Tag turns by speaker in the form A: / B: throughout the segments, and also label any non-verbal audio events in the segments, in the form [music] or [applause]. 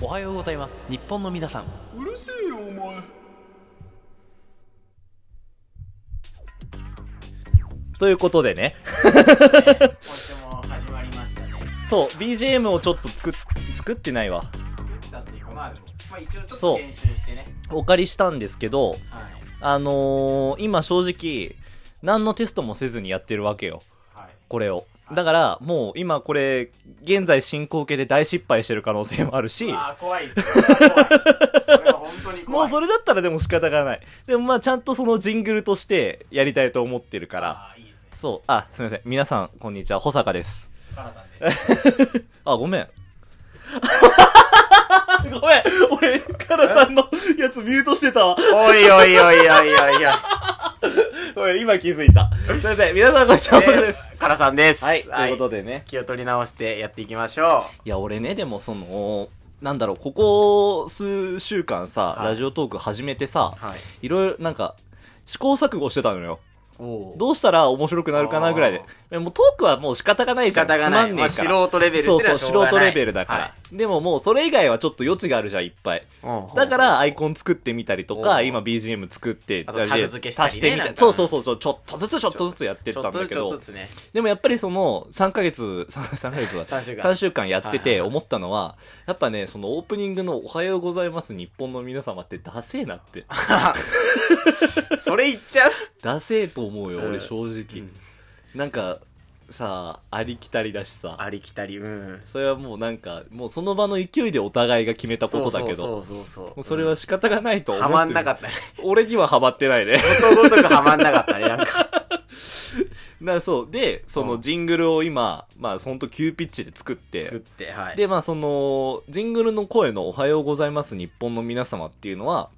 A: おはようございます日本の皆さん
B: うるせえよお前
C: ということでね、
D: 今週も始まりましたね
C: そう、BGM をちょっと作っ、作ってないわ。
D: 作ったっていうかまあでもまあ一応ちょっ
C: そ
D: と
C: う
D: 練習してね
C: お借りしたんですけど、
D: はい
C: あのー、今正直、何のテストもせずにやってるわけよ。
D: はい
C: これを。だから、もう今これ、現在進行形で大失敗してる可能性もあるし、
D: ああ怖いっすそれは怖いそれは本当に
C: も
D: 怖
C: う
D: い
C: それだったらでも仕方がない。でもまあちゃんとそのジングルとしてやりたいと思ってるから。
D: ああいいですね
C: そう、あ、すみません。皆さん、こんにちは。保坂です。
D: カラさんです
C: あ、ごめん。 [laughs] ごめん。俺、カラさんのやつミュートしてたわ。
B: おいおいおいおいおいおい
C: ごめん、今気づいた。すみません。皆さん、こんにちは。保坂です。
D: カラさんです
C: はい、ということでね。
D: 気を取り直してやっていきましょ
C: いや、俺ね、でもその、なんだろう、ここ数週間さ、
D: はい
C: ラジオトーク始めてさ、
D: うはい
C: いろいろ、なんか、試行錯誤してたのよ。
D: おお
C: どうしたら面白くなるかなぐらいで。でもトークはもう仕方がない
D: 仕
C: じゃん。
D: 方がな
C: つ
D: い
C: まんね
D: まあ
C: えか
D: 素
C: ら。
D: 人レベルって
C: そ
D: の
C: う
D: は
C: そう、
D: しょう
C: 素
D: が
C: 人
D: ない
C: レベルだから。でももうそれ以外はちょっと余地があるじゃん、いっぱい。
D: はい
C: だか
D: うん
C: らアイコン作ってみたりと
D: お
C: か、
D: う
C: 今 BGM 作って、
D: あとタグ付けしたりね
C: 足してみた
D: なん
C: り。
D: か
C: そ
D: ね
C: うそうそうそう、ちょっとずつちょっとずつやってっ
D: ちょ
C: た
D: っ
C: ん
D: と
C: だ
D: ずつ
C: け
D: ちょっと
C: ど
D: ず、つね
C: でもやっぱりその3ヶ月、3, [laughs] 3ヶ月は
D: 3週間
C: 3週間やって
D: は
C: て
D: いはい
C: 思ったのは、やっぱね、そのオープニングのおはようございます日本の皆様ってダセーな
D: [laughs]
C: って。
D: それ言っちゃう
C: ダセーと思うよ、
D: うん
C: 俺正直。なんか、さあ、ありきたりだしさ。
D: ありきたりうん
C: それはもうなんか、もうその場の勢いでお互いが決めたことだけど、
D: そうそうそう
C: も
D: う
C: うそれは仕方がないと思って
D: は
C: る。
D: まんなかったね
C: 俺にはハマってないね。
D: ことごとくはまんなかったねなんか
C: だからそう。で、そうの
D: ん
C: ジングルを今、まあほんと急ピッチで作って、
D: [laughs] 作ってはい
C: で、まあその、ジングルの声のおはようございます日本の皆様っていうのは、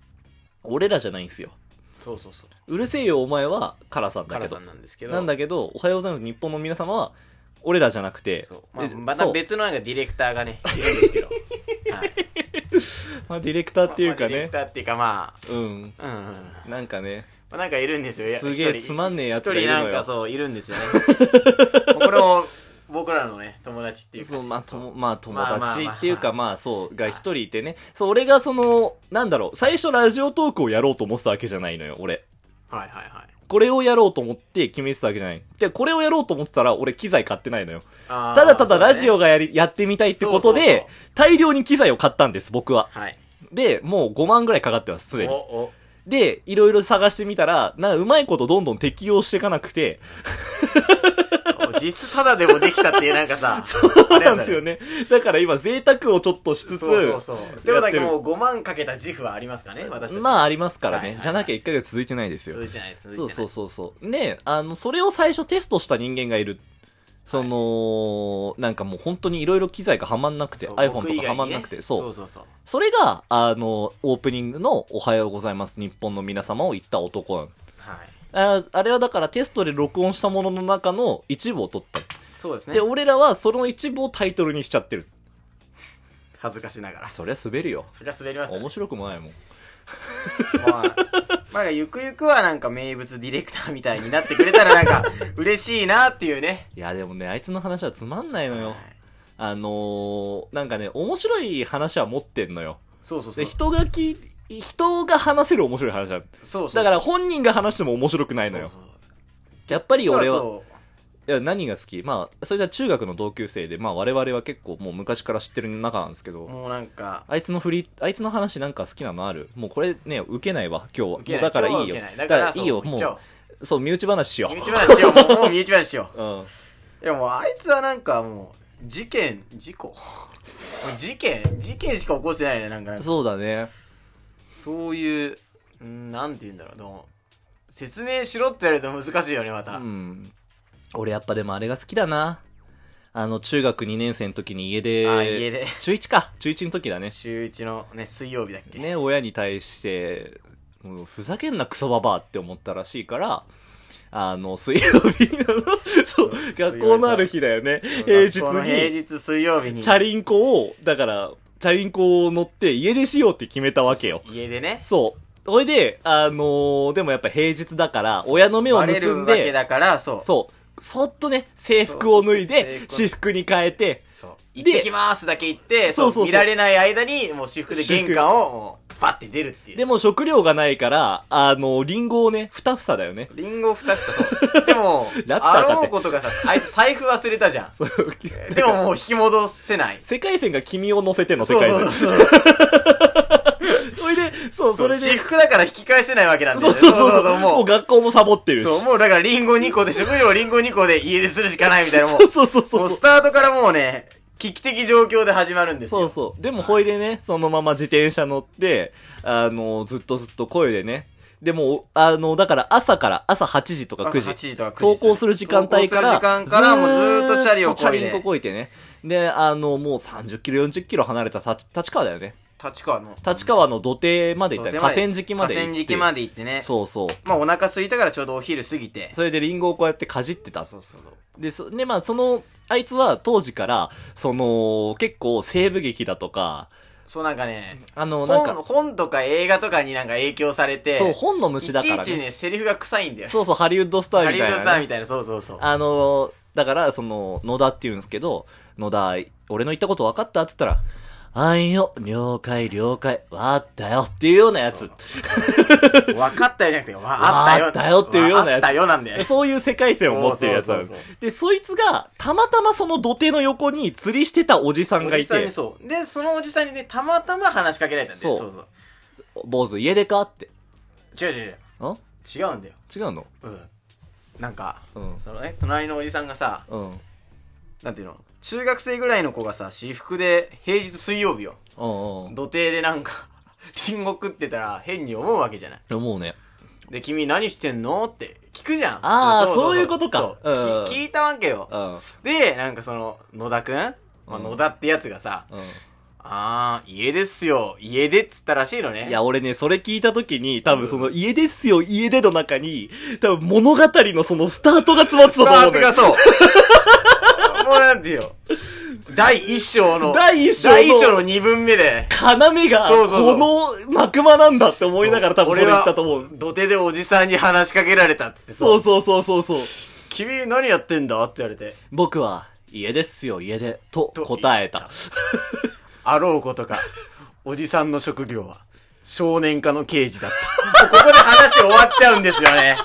C: 俺らじゃないんですよ。
D: そうそうそう
C: うるせえよお前はカラさん
D: カ
C: だけ
D: ラ
C: ど
D: さん。なんですけど
C: なんだけど、おはようございます日本の皆様は、俺らじゃなくて、
D: そうまあ
C: で
D: ま
C: そ
D: た
C: う
D: 別のなんかディレクターがねいるんですけどはい
C: まあディレクター [laughs] っていうか
D: まあディレ
C: ね
D: ク、ターっていうかま
C: うん。
D: あうんうん
C: なんかね、
D: まあなんかいるんですよ。いや
C: すげえ
D: 一人
C: つまんねえやつがいる
D: 一
C: のよ
D: 人なんかそう、いるんですよ
C: [laughs]
D: ね。もうこれも、僕らのね、友達っていうか。
C: そう、まあ、とも、まあ、友
D: まあまあ
C: 達
D: まあ
C: っていうか、まあ、そう、が一人いてね。そう、俺がその、なんだろう、最初ラジオトークをやろうと思ってたわけじゃないのよ、俺。
D: はいはいはい。
C: これをやろうと思って決めてたわけじゃない。で、これをやろうと思ってたら、俺機材買ってないのよ。
D: あー
C: ただただラジ。
D: そう
C: オがやり、やってみたいってことで、
D: そうそうそう
C: 大量に機材を買ったんです、僕は。
D: だね
C: で、もう5万ぐらいかかってます、す
D: はい。
C: で
D: お、
C: に。
D: お、
C: で、いろいろ探してみたら、な、うまいことどんどん適用していかなくて、
D: お実質ただでもできたっていうなん
C: [laughs]
D: かさ。そう
C: なんですよね。だから今、贅沢をちょっとし
D: そう
C: つつ、
D: そうそう。でもだけ
C: やって
D: もう5万かけた自負はありますかね、私たち。
C: まあ
D: あ、
C: ありますから
D: はいはい
C: ね
D: は。い
C: じゃなきゃ1ヶ月続いてないですよ
D: 続。いてない、続いて
C: そ
D: な
C: うそ
D: い。
C: うそうそう。で、あの、それを最初テストした人間がいる。その、なんかもう本当にいろいろ機材がはまんなくて、
D: そう
C: iPhone
D: 僕
C: と
D: 以
C: か
D: 外
C: はまん
D: にね
C: なくて、そう。
D: そうそうそう。
C: それが、あの、オープニングのおはようございます日本の皆様を言った男なの
D: はい。
C: ああれはだからテストで録音したものの中の一部を取った。
D: そうですね
C: で、。俺らはその一部をタイトルにしちゃってる。
D: 恥ずかしながら。
C: そりゃ滑るよ。
D: そりゃ滑りますよね
C: 面白くもないもん。
D: まあ、まあ、ゆくゆくはなんか名物ディレクターみたいになってくれたらなんか、 [laughs] 嬉しいなっていうね。
C: いや、でもね、あいつの話はつまんないのよ
D: はい。
C: あのー、なんかね、面白い話は持ってんのよ。
D: そうそうそう。
C: で、人がき、人が話せる面白い話だ。
D: そうそう。
C: だから本人が話しても面白くないのよ。
D: そうそう
C: やっぱり俺は、
D: そう
C: いや何が好きまあ、それじゃ中学の同級生で、まあ我々は結構もう昔から知ってる仲なんですけど、
D: もうなんか、
C: あいつのフリあいつの話なんか好きなのあるもうこれね、受けないわ、今日は。も
D: 受
C: う
D: けな
C: だ
D: い
C: からいいよ
D: 今日は受けな。いだ
C: だ
D: か
C: かららいいよ、
D: そう
C: も
D: 行っちゃお
C: う、そう、身内話しよ
D: 身内話しよう。もうもう身内話しよ
C: う。うん。
D: う。いやもうあいつはなんかもう、事件、事故。もう事件事件しか起こしてないね、なんかなんか
C: そうだね。
D: そういう、うんなんて言うんだろう、でも、説明しろって言われると難しいよね、また。
C: うん。俺やっぱでもあれが好きだな。あの、中学2年生の時に家
D: あ
C: で、
D: 家で [laughs]
C: 中1か。中1の時だね。
D: 週一のね、水曜日だっけ。
C: ね、親に対して、もうふざけんなクソババアって思ったらしいから、あの、水曜日の、 [laughs] そう、学校のある日だよね。平日
D: この平
C: に、
D: 日水曜日に。
C: チャリンコを、だから、チャリンコを乗って家出しようって決めたわけよ。
D: 家でね。
C: そう。ほいで、あのーでもやっぱ平日だから、親の目を
D: バレ
C: 盗
D: る
C: ん
D: わけ
C: で、
D: だから、そう。
C: そう、そっとね、制服を脱いで、
D: そう制
C: 私服に変えて、
D: そう。行ってきますだけ言って、
C: そうそうそう
D: 見られない間に、もう私服で玄関を、もう、バッて出るっていう。
C: でも食料がないから、あの、リンゴをね、二房だよね。、
D: リンゴ二つさ、そう。でも
C: [laughs] ラプタ
D: あ
C: ーかって
D: ろうことがさ、あいつ財布忘れたじゃ
C: そう [laughs]
D: ん。でももう引き戻せない。
C: 世界線が君を乗せての世
D: そう
C: 界
D: そう
C: 線。
D: そう。
C: それで、そう、それで
D: 私、服だから引き返せないわけなんだ
C: そ
D: よ
C: う
D: ね。
C: そうそうそう、も
D: も
C: う学校もサボって
D: う、
C: るし。
D: そう、もうだからリンゴ2個で、食料リンゴ2個で家出するしかないみたいな、も
C: [laughs]
D: う、
C: そうそうそ
D: も
C: う
D: う
C: そう
D: ス。タートからもうね、危機的状況で始まるんですよ。
C: そうそう。でも、ほいでね、そのまま自転車乗って、あの、ずっとずっと声でね。でも、あの、だから朝から、朝8時とか9時。
D: 朝8時とか9時。
C: 投稿する時間帯から、
D: 投稿する時間からもうずーっとチャリ
C: ずーっと
D: をこい
C: チャリン
D: で
C: コ。こいてね。で、あの、もう30キロ、40キロ離れた立立川だよね。
D: 立川の。
C: 立川の土手まで行った
D: 土手ま
C: よ
D: で
C: 河川敷まで行って。
D: 河川敷まで行ってね。
C: そうそう。
D: まあお腹空いたからちょうどお昼過ぎて。
C: それでリンゴをこうやってかじってた。
D: そうそうそう。
C: で、そ、で、まあ、その、あいつは当時から、その、結構西部劇だとか、
D: そうなんかね、
C: あの、なん
D: 本
C: か、
D: 本とか映画とかになんか影響されて、
C: そう、本の虫だから
D: いちいち
C: ね。
D: ね、セリフが臭いんだよ。
C: そうそう、ハリウッドスター
D: ハ
C: み
D: リウ
C: た
D: ッ
C: いな
D: ド
C: ね、
D: スターみたいな、そうそうそう。
C: あの、だから、その、野田って言うんですけど、野田、俺の言ったこと分かったっつったら、あんよ、了解、了解、わったよっていうようなやつ。
D: 分かったよじゃなくて、わあったよ。
C: わあったよっていうようなやつ
D: わあったよなんだよ
C: で
D: ね。
C: そういう世界線を持ってるやつなんです
D: そうそうそう
C: で、そいつが、たまたまその土手の横に釣りしてたおじさん
D: お
C: が
D: じ
C: い
D: さん
C: て
D: に、そう。で、そのおじさんにね、たまたま話しかけられたんだよ。
C: そ
D: そううそう
C: 坊主家出かって。
D: 違う違う
C: あ
D: 違う。違うんだよ。
C: 違うの
D: うん。なんか、
C: うん。
D: そのね、隣のおじさんがさ、
C: うん。
D: なんていうの中学生ぐらいの子がさ、私服で平日水曜日よ。
C: うんうん。
D: 土手でなんか、 [laughs] リンゴ食ってたら変に思うわけじゃない。
C: 思うね。
D: で、君何してんのって聞くじゃん。
C: あーそういうことか
D: そう
C: うん
D: き聞いたわけよ。
C: うん。
D: で、なんかその、野田くん、まあ、
C: うん
D: 野田ってやつがさ、
C: う
D: あー、家ですよ、家でっつったらしいのね。
C: ん。いや、俺ね、それ聞いた時に、多分その、家ですよ、家での中に、多分物語のそのスタートが詰まってた
D: スタ
C: と思う
D: ー
C: んだ
D: ト
C: よ
D: が。そう。もうなんていうよ。第一章の、
C: 第一章の
D: 第一章の二分目で、
C: 要が、
D: そうそうそう
C: この幕間なんだって思いながら多分それ言ったと思
D: 俺は
C: う。
D: 土手でおじさんに話しかけられたっつってさ
C: そうそうそうそうそう。
D: 君何やってんだって言われて。
C: 僕は、家ですよ、家で、と
D: と
C: 答えた。
D: あろうことか。おじさんの職業は、少年科の刑事だった。ここで話終わっちゃうんですよね。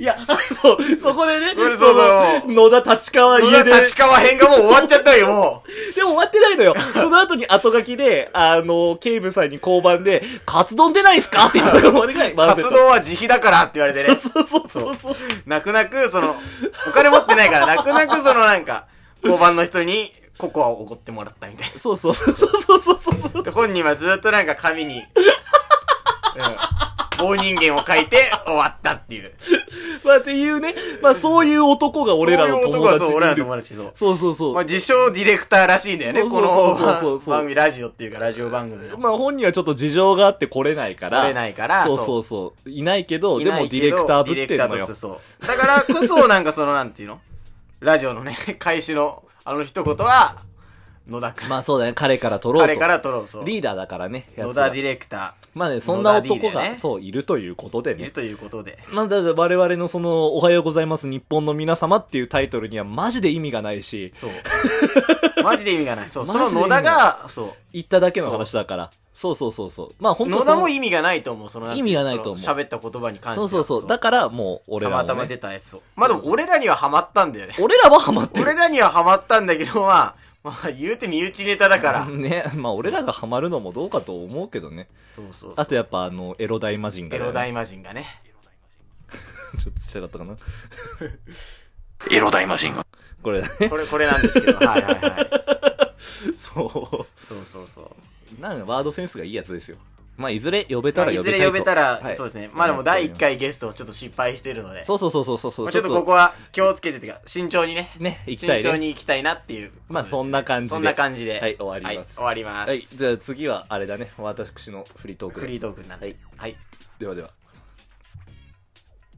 C: いや、そう、そこでね、
D: うんそうそう
C: その野田立川 [laughs]
D: こ
C: 家
D: の
C: で。
D: 立川編がもう終わっちゃったよ、も
C: [laughs]
D: う。
C: でも終わってない
D: [laughs]
C: のよ。その後に後書きで、あの、警部さんに交番で、カツ丼出ないんすかって言ったのが俺が、
D: 活動は自費だからって言われてね。
C: そうそう [laughs] そうそう。
D: 泣く泣く、その、お金持ってないから、泣く泣くそのなんか、交番の人にココアをおごってもらったみたい
C: そうそうそうそうそうそう。
D: な。で、本人はずっとなんか紙に、うん、棒人間を書いて終わったっていう。
C: まあっていうね、まあそういう男が俺らの
D: そういう
C: 友
D: 男は
C: 達
D: そう、
C: に
D: 俺ら
C: い
D: の
C: る。
D: 友達と。
C: そうそうそ
D: まあ、
C: う。
D: 自称ディレクターらしいんだよね、
C: そう
D: こ
C: そう
D: の
C: そうそうそう
D: 番組、ラジオっていうか、ラジオ番組の。
C: まあ本人はちょっと事情があって来れないから。
D: 来れないから
C: そうそうそう。いないけど、
D: い
C: で
D: な
C: も
D: い
C: デ
D: け
C: ィ
D: ど
C: レクターぶってん
D: ディ
C: の
D: レクターと
C: よ
D: して。そう。だからこそ、なんかその、なんていうのラジオのね、開始の、あの一言は、野田くん。
C: まあそうだね、彼から取ろうと。
D: 彼から撮ろう、そう。
C: リーダーだからね、や
D: 野
C: つは
D: 田ディレクタ
C: まあね、そんな
D: 野田リ
C: 男
D: ーダー
C: が、
D: ね
C: そう、いるということで
D: ー、い
C: ね
D: る。ということで。
C: まあ、だから我々のその、おはようございます日本の皆様っていうタイトルにはマジで意味がないし、
D: そう。 [laughs] マジで意味がない。そう。そ
C: マ
D: の
C: ジで意
D: 野
C: 味がな
D: 田
C: い
D: が、そ
C: 言っただけの話だから。そうそうそうそう。まあ
D: う。
C: 本当
D: 野
C: その
D: 田も意味がないと思う、そのんてうの、
C: 意味がないと思う
D: その喋った言葉に関して
C: そう
D: は。
C: そうそう。だからもう、俺
D: た
C: らも、
D: ま
C: ね。
D: たま出たやつを。まあでも、俺らにはハマったんだ
C: [laughs]
D: よね。
C: 俺らはハマってる。
D: 俺らにはハマったんだけど、まあ、まあ、言うて身内ネタだから。
C: ね。まあ俺らがハマるのもどうかと思うけどね。
D: そうそうそう
C: あとやっぱあの、エロ大魔人が、
D: エ
C: ね。
D: ロ大魔人
C: [laughs]
D: がね。
C: ちょっとしたかったか
D: [laughs]
C: な。
B: エロ大魔人が。
C: これだね。 [laughs]
D: これ、これなんですけど。はいはいはい。
C: そ
D: そうそうそう。
C: う。なんかワードセンスがいいやつですよ。まあいずれ呼べ
D: ま
C: た
D: あ、
C: ら
D: い
C: 呼
D: ず
C: べたいと。
D: れ呼べたら、
C: はい
D: そうですね。まあでも第1回ゲストをちょっと失敗してるので。
C: そうそうそうそうそうそう。
D: まあちょっとここは気をつけてっていうか、慎重にね。
C: ね、行きたい
D: 慎重
C: ね。
D: に行きたいなっていうことですね、
C: まあそんな感じで
D: そんな感じで。
C: はい終わります
D: はい、終わります。
C: はい、じゃあ次はあれだね。私のフリートーク
D: フ
C: で。
D: リートークになって。
C: はい
D: はい
C: ではでは。